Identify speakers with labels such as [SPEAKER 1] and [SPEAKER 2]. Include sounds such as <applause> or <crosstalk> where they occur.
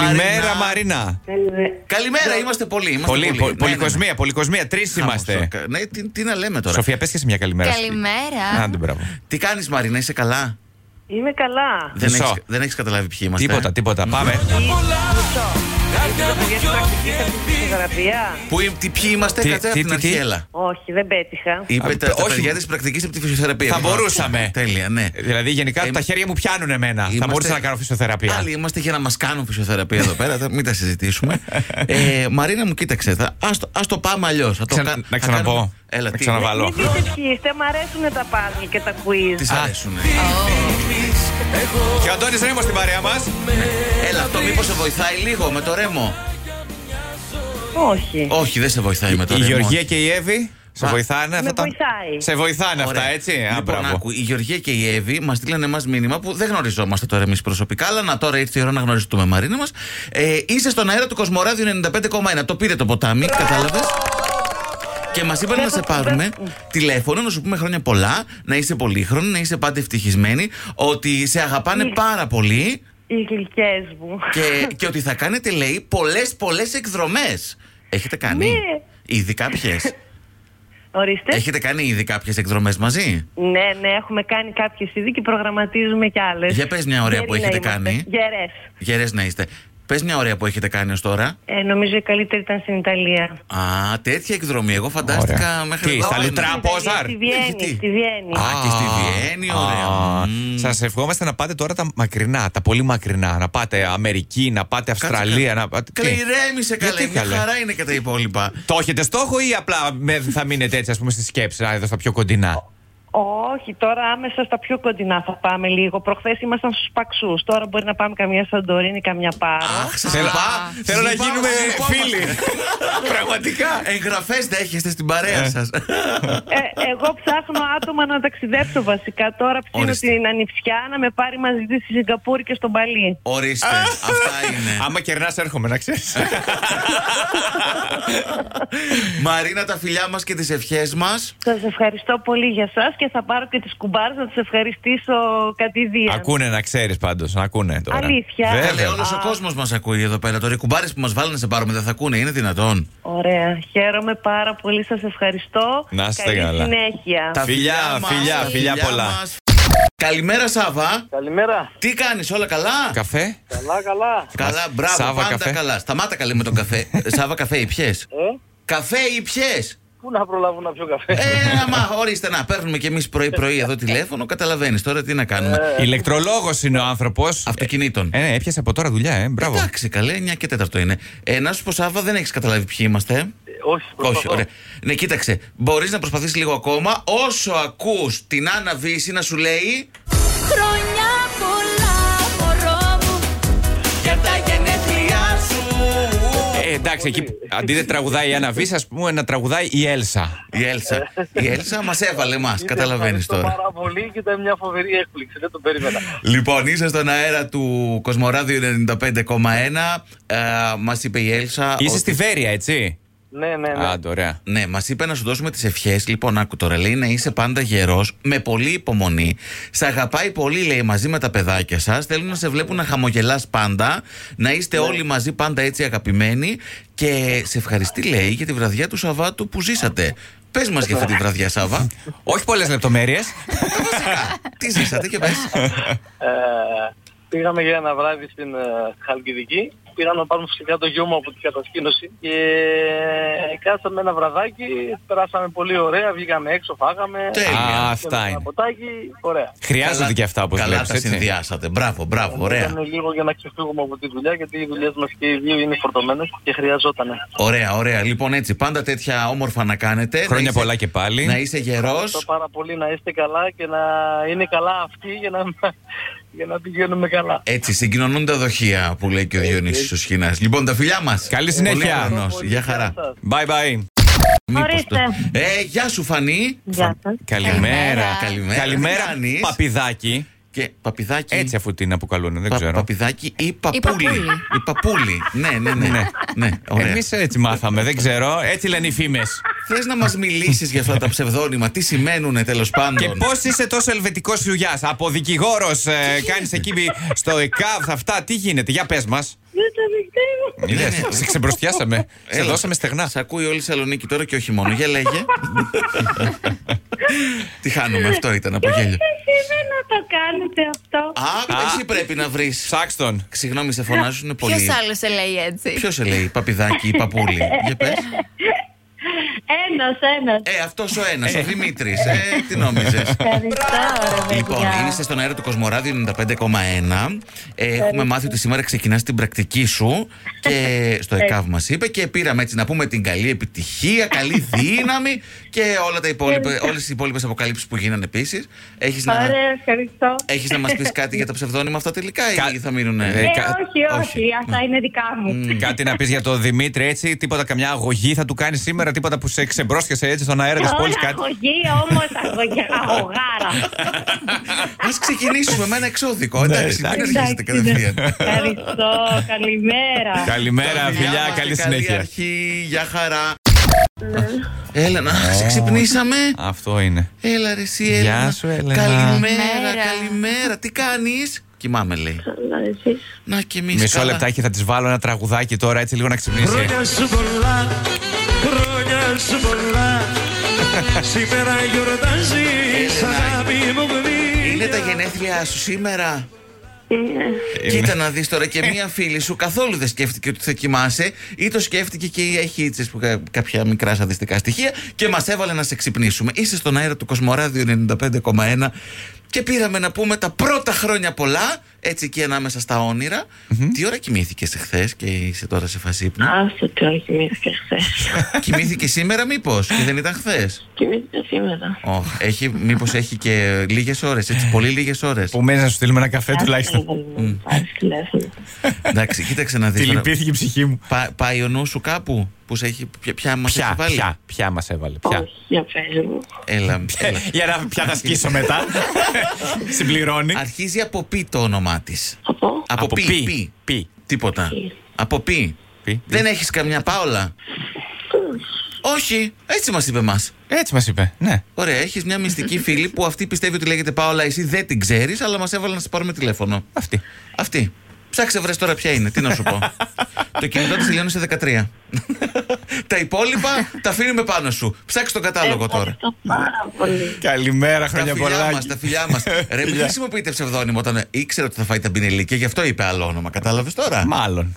[SPEAKER 1] Καλημέρα, Μαρίνα.
[SPEAKER 2] Καλημέρα, είμαστε πολλοί. Είμαστε
[SPEAKER 1] Πολύ,
[SPEAKER 2] πολλοί.
[SPEAKER 1] πο-
[SPEAKER 2] Ναι, ναι,
[SPEAKER 1] Ναι. πολυκοσμία,
[SPEAKER 2] ναι.
[SPEAKER 1] πολυκοσμία. Τρεις
[SPEAKER 2] Χαμός,
[SPEAKER 1] είμαστε.
[SPEAKER 2] κα- Ναι, τι, τι να λέμε τώρα.
[SPEAKER 1] Σοφία, πες και εσύ μια καλημέρα. σου.
[SPEAKER 3] Καλημέρα.
[SPEAKER 1] Άντε, μπράβο.
[SPEAKER 2] Τι κάνεις, Μαρίνα, είσαι καλά.
[SPEAKER 4] Είμαι καλά.
[SPEAKER 2] Δεν
[SPEAKER 1] Μισό.
[SPEAKER 2] έχεις, δεν έχεις καταλάβει ποιοι είμαστε.
[SPEAKER 1] Τίποτα,
[SPEAKER 2] ε.
[SPEAKER 1] τίποτα. Πάμε.
[SPEAKER 4] Είστε το παιδιά της πρακτικής αυτή τη φυσιογραφία.
[SPEAKER 2] Που, ε, τι, ποιοι είμαστε,
[SPEAKER 1] Τι-
[SPEAKER 2] κάτσε
[SPEAKER 1] τι-
[SPEAKER 2] από την
[SPEAKER 1] τι- τι?
[SPEAKER 2] αρχή, έλα.
[SPEAKER 4] Όχι, δεν πέτυχα.
[SPEAKER 2] Είπε
[SPEAKER 1] Α,
[SPEAKER 2] τα, τα
[SPEAKER 1] όχι.
[SPEAKER 2] παιδιά της πρακτικής από τη φυσιοθεραπεία.
[SPEAKER 1] Θα
[SPEAKER 2] Λοιπόν,
[SPEAKER 1] μπορούσαμε.
[SPEAKER 2] Τέλεια, ναι.
[SPEAKER 1] Ε, Δηλαδή, γενικά
[SPEAKER 2] Ε,
[SPEAKER 1] τα χέρια μου πιάνουν εμένα. Θα
[SPEAKER 2] Είμαστε-
[SPEAKER 1] μπορούσα να κάνω φυσιοθεραπεία.
[SPEAKER 2] Άλλοι είμαστε για να μας κάνουν φυσιοθεραπεία εδώ πέρα, θα- μην τα συζητήσουμε. ε, Μαρίνα μου, κοίταξε. Θα, ας, το, ας το πάμε αλλιώς.
[SPEAKER 1] Ξα- να ξαναπώ.
[SPEAKER 2] Έλα,
[SPEAKER 1] Να
[SPEAKER 2] τι.
[SPEAKER 1] ξαναβάλω.
[SPEAKER 4] Μην πείτε ποιοι είστε, μου αρέσουν τα πάζλ και τα quiz.
[SPEAKER 2] Τις αρέσουν.
[SPEAKER 1] Και ο Αντώνης Ρέμος στην παρέα μας.
[SPEAKER 2] Έλα, αυτό μήπως σε βοηθάει λίγο με το ρέμο.
[SPEAKER 4] Όχι.
[SPEAKER 2] Όχι, δεν σε βοηθάει με το
[SPEAKER 1] Η
[SPEAKER 2] ρέμο.
[SPEAKER 1] Γεωργία και η Εύη σε
[SPEAKER 2] Α,
[SPEAKER 1] βοηθάνε αυτά.
[SPEAKER 4] με
[SPEAKER 1] τα-
[SPEAKER 4] βοηθάει.
[SPEAKER 1] Σε βοηθάνε αυτά,
[SPEAKER 2] Ωραία.
[SPEAKER 1] έτσι. Α,
[SPEAKER 2] Λοιπόν,
[SPEAKER 1] μπράβο.
[SPEAKER 2] άκου, η Γεωργία και η Εύη μας στείλανε εμά μήνυμα που δεν γνωριζόμαστε τώρα εμείς προσωπικά, αλλά να τώρα ήρθε η ώρα να γνωριστούμε, Μαρίνα μας. Ε, είσαι στον αέρα του Κοσμοράδιου 95,1. Το πήρε το ποτάμι, κατάλαβες. Και μας είπαν να σε πάρουμε τηλέφωνο, να σου πούμε χρόνια πολλά, να είσαι πολύχρονη, να είσαι πάντα ευτυχισμένη, ότι σε αγαπάνε πάρα πολύ
[SPEAKER 4] Οι γλυκές μου.
[SPEAKER 2] και, και ότι θα κάνετε, λέει, πολλές πολλές εκδρομές. Έχετε κάνει.
[SPEAKER 4] Ναι.
[SPEAKER 2] Ήδη κάποιες.
[SPEAKER 4] Ορίστε.
[SPEAKER 2] Έχετε κάνει ήδη κάποιες εκδρομές μαζί.
[SPEAKER 4] Ναι, ναι, έχουμε κάνει κάποιες ήδη και προγραμματίζουμε κι άλλες.
[SPEAKER 2] Για πες μια ωραία
[SPEAKER 4] Γεροί
[SPEAKER 2] που
[SPEAKER 4] να
[SPEAKER 2] έχετε
[SPEAKER 4] είμαστε.
[SPEAKER 2] κάνει.
[SPEAKER 4] Γερές.
[SPEAKER 2] Γερές να είστε. Πες μια ωραία που έχετε κάνει ως τώρα.
[SPEAKER 4] Ε, νομίζω η καλύτερη ήταν στην Ιταλία.
[SPEAKER 2] Α, τέτοια εκδρομή. Εγώ φαντάστηκα
[SPEAKER 1] Ωραία.
[SPEAKER 2] μέχρι
[SPEAKER 1] Τι,
[SPEAKER 2] εδώ.
[SPEAKER 1] στα
[SPEAKER 2] ένα.
[SPEAKER 1] Λουτρά,
[SPEAKER 4] Στην
[SPEAKER 1] πώς,
[SPEAKER 4] Ιταλία,
[SPEAKER 1] Άρ?
[SPEAKER 4] Στη
[SPEAKER 2] Έχει τι.
[SPEAKER 4] Βιέννη. Στη Βιέννη.
[SPEAKER 2] Α, και στη Βιέννη, ωραία. Μμμ.
[SPEAKER 1] Σας ευχόμαστε να πάτε τώρα τα μακρινά, τα πολύ μακρινά. Να πάτε Αμερική, να πάτε Αυστραλία. Να... πάτε-
[SPEAKER 2] Καλέ,
[SPEAKER 1] Τι?
[SPEAKER 2] ηρέμησε καλέ.
[SPEAKER 1] Γιατί,
[SPEAKER 2] Μια
[SPEAKER 1] καλέ?
[SPEAKER 2] χαρά είναι και τα υπόλοιπα.
[SPEAKER 1] Το έχετε στόχο ή απλά με- θα μείνετε έτσι, ας πούμε, στη σκέψη, να εδώ στα πιο κοντινά.
[SPEAKER 4] Όχι, τώρα άμεσα στα πιο κοντινά θα πάμε λίγο. Προχθές ήμασταν στους Παξούς. Τώρα μπορεί να πάμε καμιά Σαντορίνη, καμιά Πάρο.
[SPEAKER 2] Αχ, σας
[SPEAKER 1] Θέλω-
[SPEAKER 2] λυπά-
[SPEAKER 1] θέλω να
[SPEAKER 2] λυπά-
[SPEAKER 1] γίνουμε
[SPEAKER 2] λυπόμαστε.
[SPEAKER 1] φίλοι.
[SPEAKER 2] <laughs> Πραγματικά. Εγγραφές δέχεστε στην παρέα
[SPEAKER 1] <laughs>
[SPEAKER 2] σας.
[SPEAKER 4] Ε, εγώ ψάχνω άτομα να ταξιδέψω βασικά. Τώρα ψήνω
[SPEAKER 2] Ορίστε.
[SPEAKER 4] την Ανιψιά να με πάρει μαζί τη στη Σιγκαπούρη και στον Παλί.
[SPEAKER 2] Ορίστε, αυτά είναι.
[SPEAKER 1] Άμα κερνάς, έρχομαι, να ξέρεις.
[SPEAKER 2] <laughs> Μαρίνα, τα φιλιά μας και τις ευχές μας.
[SPEAKER 4] Σας ευχαριστώ πολύ για σας και θα πάρω και τις κουμπάρες να τις ευχαριστήσω κατηδίαν.
[SPEAKER 1] ακούνε να ξέρεις πάντως, να ακούνε τώρα.
[SPEAKER 4] Αλήθεια.
[SPEAKER 2] Καλέ,
[SPEAKER 1] Βέβαια.
[SPEAKER 2] όλος ο κόσμος μας ακούει εδώ πέρα. Τώρα οι κουμπάρες που μας βάλουν να σε πάρουμε δεν θα ακούνε, είναι δυνατόν.
[SPEAKER 4] Ωραία. Χαίρομαι πάρα πολύ. Σας ευχαριστώ.
[SPEAKER 1] Να είστε
[SPEAKER 4] Καλή
[SPEAKER 1] καλά.
[SPEAKER 4] συνέχεια.
[SPEAKER 2] Τα
[SPEAKER 1] Φιλιά,
[SPEAKER 2] μας,
[SPEAKER 1] φιλιά,
[SPEAKER 2] τα
[SPEAKER 1] φιλιά πολλά.
[SPEAKER 2] μας. Καλημέρα, Σάβα.
[SPEAKER 5] Καλημέρα.
[SPEAKER 2] Τι κάνεις, όλα καλά.
[SPEAKER 1] Καφέ.
[SPEAKER 5] Καλά, καλά.
[SPEAKER 2] Καλά, μπράβο,
[SPEAKER 1] Σάβα,
[SPEAKER 2] πάντα
[SPEAKER 1] καφέ.
[SPEAKER 2] καλά. Σταμάτα καλή με τον
[SPEAKER 1] <laughs>
[SPEAKER 2] καφέ. Ε, Σάβα, καφέ ή πιες?
[SPEAKER 5] Ε,
[SPEAKER 2] Καφέ ή πιες?
[SPEAKER 5] πού να προλάβω να πιω καφέ.
[SPEAKER 2] Ε, άμα, ορίστε να παίρνουμε κι εμείς πρωί-πρωί εδώ τηλέφωνο, καταλαβαίνεις τώρα τι να κάνουμε.
[SPEAKER 1] Ηλεκτρολόγος είναι ο άνθρωπος.
[SPEAKER 2] Αυτοκινήτων.
[SPEAKER 1] Ε, ναι, έπιασε από τώρα δουλειά, ε. Μπράβο.
[SPEAKER 2] Εντάξει, καλέ, 9 και 4 είναι. Ε, να σου πω, Σάβα, δεν έχεις καταλάβει ποιοι είμαστε. ε.
[SPEAKER 5] Ε, όχι, προσπαθώ.
[SPEAKER 2] Όχι, ωραία. Ναι, κοίταξε, μπορείς να προσπαθήσεις λίγο ακόμα. Όσο ακούς την Άννα Βύση να σου λέει.
[SPEAKER 3] Χρόνια πολλά, μωρό μου.
[SPEAKER 2] Για τα γενέθλιά σου.
[SPEAKER 1] Ε, εντάξει, εκεί αντί δεν τραγουδάει η Άννα Βύση, ας πούμε, να τραγουδάει η Έλσα.
[SPEAKER 2] Η Έλσα. Η Έλσα μας έβαλε εμάς,
[SPEAKER 5] Είτε
[SPEAKER 2] καταλαβαίνεις
[SPEAKER 5] ευχαριστώ
[SPEAKER 2] τώρα.
[SPEAKER 5] πάρα πολύ και ήταν μια φοβερή έκπληξη. Δεν το περίμενα.
[SPEAKER 2] Λοιπόν, είσαι στον αέρα του Κοσμοράδιου 95,1. Ε, μας είπε η Έλσα.
[SPEAKER 1] Είσαι
[SPEAKER 2] ότι-
[SPEAKER 1] στη Βέρεια, έτσι.
[SPEAKER 5] ναι, ναι, ναι.
[SPEAKER 1] Άντε, ωραία.
[SPEAKER 2] Ναι, μας είπε να σου δώσουμε τις ευχές. Λοιπόν, άκου τώρα. Λέει να είσαι πάντα γερός, με πολλή υπομονή. Σε αγαπάει πολύ, λέει, μαζί με τα παιδάκια σας. Θέλουν να σε βλέπουν να χαμογελάς πάντα. Να
[SPEAKER 5] Ναι.
[SPEAKER 2] είστε όλοι μαζί πάντα έτσι αγαπημένοι. Και σε ευχαριστεί, λέει, για τη βραδιά του Σαββάτου που ζήσατε. Πες μας για αυτή τη βραδιά, Σάβα.
[SPEAKER 1] Όχι πολλές λεπτομέρειες.
[SPEAKER 2] τι ζήσατε και πες.
[SPEAKER 5] Ε, πήγαμε για ένα βράδυ στην ε, Χαλκιδική. Πήγαμε να πάρουμε φυσικά το γιο μου από την κατασκήνωση. Και ε, κάτσαμε ένα βραδάκι. Περάσαμε πολύ ωραία. Βγήκαμε έξω, φάγαμε.
[SPEAKER 2] Τέλεια.
[SPEAKER 1] Α,
[SPEAKER 5] Πιούμε
[SPEAKER 1] αυτά
[SPEAKER 5] ένα
[SPEAKER 1] είναι.
[SPEAKER 5] ποτάκι. Ωραία.
[SPEAKER 1] Χρειάζονται
[SPEAKER 2] Καλά-
[SPEAKER 1] και αυτά, όπως
[SPEAKER 2] Καλά
[SPEAKER 1] βλέπεις.
[SPEAKER 2] τα συνδυάσατε. Μπράβο, μπράβο, ωραία.
[SPEAKER 5] Ήταν λίγο για να ξεφύγουμε από τη δουλειά, γιατί οι δουλειές μας και οι δύο είναι φορτωμένες και χρειαζότανε.
[SPEAKER 2] Ωραία, ωραία. Λοιπόν, έτσι, πάντα τέτοια όμορφα να κάνετε.
[SPEAKER 1] Χρόνια
[SPEAKER 2] Να είσαι-
[SPEAKER 1] πολλά και πάλι.
[SPEAKER 2] Να είσαι γερός.
[SPEAKER 5] Ευχαριστώ πάρα πολύ να είστε καλά και να είναι καλά αυτοί για να, <laughs> για να πηγαίνουμε καλά.
[SPEAKER 2] Έτσι, συγκοινωνούν τα δοχεία που λέει και ο Διονύσης ο Σχοινάς. Λοιπόν, τα φιλιά μας.
[SPEAKER 1] Καλή συνέχεια.
[SPEAKER 2] Γεια χαρά.
[SPEAKER 5] Γεια σας.
[SPEAKER 1] Bye bye.
[SPEAKER 2] Μήπως
[SPEAKER 4] Ορίστε.
[SPEAKER 2] το- Ε, γεια σου, Φανή.
[SPEAKER 4] Γεια σας.
[SPEAKER 1] Καλημέρα.
[SPEAKER 2] Καλημέρα.
[SPEAKER 1] Καλημέρα.
[SPEAKER 2] Τι κάνεις?
[SPEAKER 1] Παπιδάκι.
[SPEAKER 2] Και παπιδάκι.
[SPEAKER 1] Έτσι αφού την αποκαλούν, δεν
[SPEAKER 2] Πα-
[SPEAKER 1] ξέρω.
[SPEAKER 2] Παπιδάκι ή παπούλι.
[SPEAKER 3] παπούλη.
[SPEAKER 2] Η παπούλη. Ναι, ναι, ναι.
[SPEAKER 1] Ναι.
[SPEAKER 2] ναι ωραία.
[SPEAKER 1] Εμείς έτσι μάθαμε, δεν ξέρω. Έτσι λένε οι φήμες.
[SPEAKER 2] Θες να μας μιλήσεις για αυτά τα ψευδόνυμα, τι σημαίνουν τέλος πάντων.
[SPEAKER 1] Και πώς είσαι τόσο ελβετικός ε, Ιουγιά, από δικηγόρο, κάνεις εκεί στο ΕΚΑΒ, αυτά, τι γίνεται, για πες μας.
[SPEAKER 4] Δεν το
[SPEAKER 1] Είδες, σε ξεμπροστιάσαμε. σε
[SPEAKER 2] Έλα,
[SPEAKER 1] δώσαμε στεγνά.
[SPEAKER 2] Σ' ακούει όλη η Θεσσαλονίκη τώρα και όχι μόνο. Για λέγε. <laughs> Τι χάνουμε, αυτό ήταν από γέλιο.
[SPEAKER 6] Σήμερα να το κάνετε αυτό.
[SPEAKER 2] Α, εσύ πρέπει να βρεις.
[SPEAKER 1] Ψάξ' τον.
[SPEAKER 2] Συγγνώμη, σε φωνάζουν πολύ.
[SPEAKER 3] Ποιο άλλος σε λέει έτσι.
[SPEAKER 2] Ποιος σε λέει, παπιδάκι ή <laughs> παπούλι. Για πες.
[SPEAKER 6] Ένας, ένας.
[SPEAKER 2] Ε, αυτός ο ένας, ο Δημήτρης. Ε, τι νόμιζες.
[SPEAKER 6] Ευχαριστώ, ρε παιδιά.
[SPEAKER 2] Λοιπόν, είσαι στον αέρα του Κοσμοράδιου 95,1. Ε, έχουμε μάθει ότι σήμερα ξεκινάς την πρακτική σου
[SPEAKER 6] <laughs>
[SPEAKER 2] και στο ΕΚΑΒ μας είπε και πήραμε έτσι να πούμε την καλή επιτυχία,
[SPEAKER 6] <laughs>
[SPEAKER 2] καλή δύναμη και όλα τα υπόλοιπα, όλες οι υπόλοιπες αποκαλύψεις που γίνανε επίσης. Έχεις να,
[SPEAKER 6] Ωραία, ευχαριστώ.
[SPEAKER 2] έχεις να μας πεις κάτι για τα ψευδόνυμα αυτά τελικά ή
[SPEAKER 1] Κα-
[SPEAKER 2] θα μείνουν...
[SPEAKER 1] Ε,
[SPEAKER 6] Ε,
[SPEAKER 1] κα-
[SPEAKER 6] όχι,
[SPEAKER 2] όχι.
[SPEAKER 6] όχι, αυτά είναι δικά μου.
[SPEAKER 1] Κάτι να πεις για τον Δημήτρη, έτσι. Τίποτα, καμιά αγωγή θα του κάνεις σήμερα, τίποτα που σε ξεμπρόσχεσαι έτσι στον αέρα της πόλης.
[SPEAKER 6] Όλα
[SPEAKER 1] Κάτι.
[SPEAKER 6] αγωγή
[SPEAKER 2] <laughs>
[SPEAKER 6] όμως, αγωγή, αγωγάρα.
[SPEAKER 2] <laughs>
[SPEAKER 1] <laughs>
[SPEAKER 2] Ας ξεκινήσουμε με ένα εξώδικο, εντάξει, μην
[SPEAKER 6] εντάξει, ναι.
[SPEAKER 2] αρχίζετε κατευθείαν.
[SPEAKER 6] Ευχαριστώ, καλημέρα.
[SPEAKER 1] Καλημέρα,
[SPEAKER 2] Τα
[SPEAKER 1] φιλιά,
[SPEAKER 2] μας και
[SPEAKER 1] καλή συνέχεια.
[SPEAKER 2] αρχή, γεια χαρά.
[SPEAKER 6] Ναι.
[SPEAKER 2] Έλα να, σε ξυπνήσαμε.
[SPEAKER 1] Αυτό είναι.
[SPEAKER 2] Έλα ρε εσύ
[SPEAKER 1] Γεια
[SPEAKER 2] Έλενα.
[SPEAKER 1] σου, Έλενα.
[SPEAKER 2] Καλημέρα,
[SPEAKER 3] Καλημέρα.
[SPEAKER 2] καλημέρα. Τι κάνεις. Κοιμάμαι λέει.
[SPEAKER 6] Καλά, εσείς.
[SPEAKER 2] Να και εμείς
[SPEAKER 1] Μισό
[SPEAKER 2] καλά.
[SPEAKER 1] λεπτάκι θα της βάλω ένα τραγουδάκι τώρα, έτσι λίγο να ξυπνήσει.
[SPEAKER 7] Χρόνια σου πολλά, χρόνια σου πολλά Σήμερα γιορτάζεις αγάπη μου γλυκιά
[SPEAKER 2] Είναι τα γενέθλιά σου σήμερα.
[SPEAKER 1] Είναι.
[SPEAKER 2] Κοίτα να δεις τώρα και μία φίλη σου καθόλου δεν σκέφτηκε ότι θα κοιμάσαι ή το σκέφτηκε και έχει ίτσες που κα- κάποια μικρά σαδιστικά στοιχεία και μας έβαλε να σε ξυπνήσουμε. Είσαι στον αέρα του Κοσμοράδιο 95,1 και πήραμε να πούμε τα πρώτα χρόνια πολλά, έτσι εκεί ανάμεσα στα όνειρα. Τι ώρα κοιμήθηκες εχθές και είσαι τώρα σε φάση ύπνου?
[SPEAKER 8] Άσε τι ώρα κοιμήθηκα χθε.
[SPEAKER 2] Κοιμήθηκε σήμερα, μήπως, και δεν ήταν χθες.
[SPEAKER 8] Κοιμήθηκα σήμερα.
[SPEAKER 2] έχει, μήπως έχει και λίγες ώρες, έτσι, πολύ λίγες ώρες.
[SPEAKER 1] Που μένει να σου στείλουμε ένα καφέ τουλάχιστον.
[SPEAKER 8] Πάρεις τηλέφωνο.
[SPEAKER 2] Εντάξει, κοίταξε να
[SPEAKER 1] Τη
[SPEAKER 2] δει.
[SPEAKER 1] λυπήθηκε η ψυχή μου.
[SPEAKER 2] πάει ο νους σου κάπου που σε έχει. Ποια, ποια μας έχει
[SPEAKER 1] Ποια,
[SPEAKER 2] βάλει.
[SPEAKER 1] ποια, ποια μας έβαλε, ποια. Ε,
[SPEAKER 8] Όχι, για πες μου.
[SPEAKER 2] Έλα, έλα.
[SPEAKER 1] Για να πια θα σκίσω
[SPEAKER 2] <laughs>
[SPEAKER 1] μετά. Συμπληρώνει.
[SPEAKER 2] Αρχίζει από πι το όνομά της.
[SPEAKER 8] Από.
[SPEAKER 2] Από, πι, πι.
[SPEAKER 1] πι.
[SPEAKER 2] Τίποτα.
[SPEAKER 8] Πι.
[SPEAKER 2] Από πι.
[SPEAKER 1] Πι.
[SPEAKER 2] Δεν έχεις καμιά Πάολα. Όχι, έτσι μας είπε μας
[SPEAKER 1] Έτσι μας είπε, ναι.
[SPEAKER 2] Ωραία, έχεις μια μυστική φίλη που αυτή πιστεύει ότι λέγεται Πάολα, εσύ δεν την ξέρεις, αλλά μας έβαλε να σε πάρουμε τηλέφωνο.
[SPEAKER 1] Αυτή.
[SPEAKER 2] Αυτή. Ψάξε βρες τώρα ποια είναι, τι να σου πω. το κινητό της τελειώνει σε 13. τα υπόλοιπα τα αφήνουμε πάνω σου. Ψάξε τον κατάλογο τώρα.
[SPEAKER 8] Ευχαριστώ πάρα πολύ.
[SPEAKER 1] Καλημέρα,
[SPEAKER 2] Τα
[SPEAKER 1] χρόνια
[SPEAKER 2] φιλιά
[SPEAKER 1] πολλά.
[SPEAKER 2] μας, τα φιλιά
[SPEAKER 1] <laughs>
[SPEAKER 2] μας. Ρε, μην χρησιμοποιείτε ψευδόνυμο όταν ήξερε ότι θα φάει τα μπινελή και γι' αυτό είπε άλλο όνομα. Κατάλαβες τώρα.
[SPEAKER 1] Μάλλον.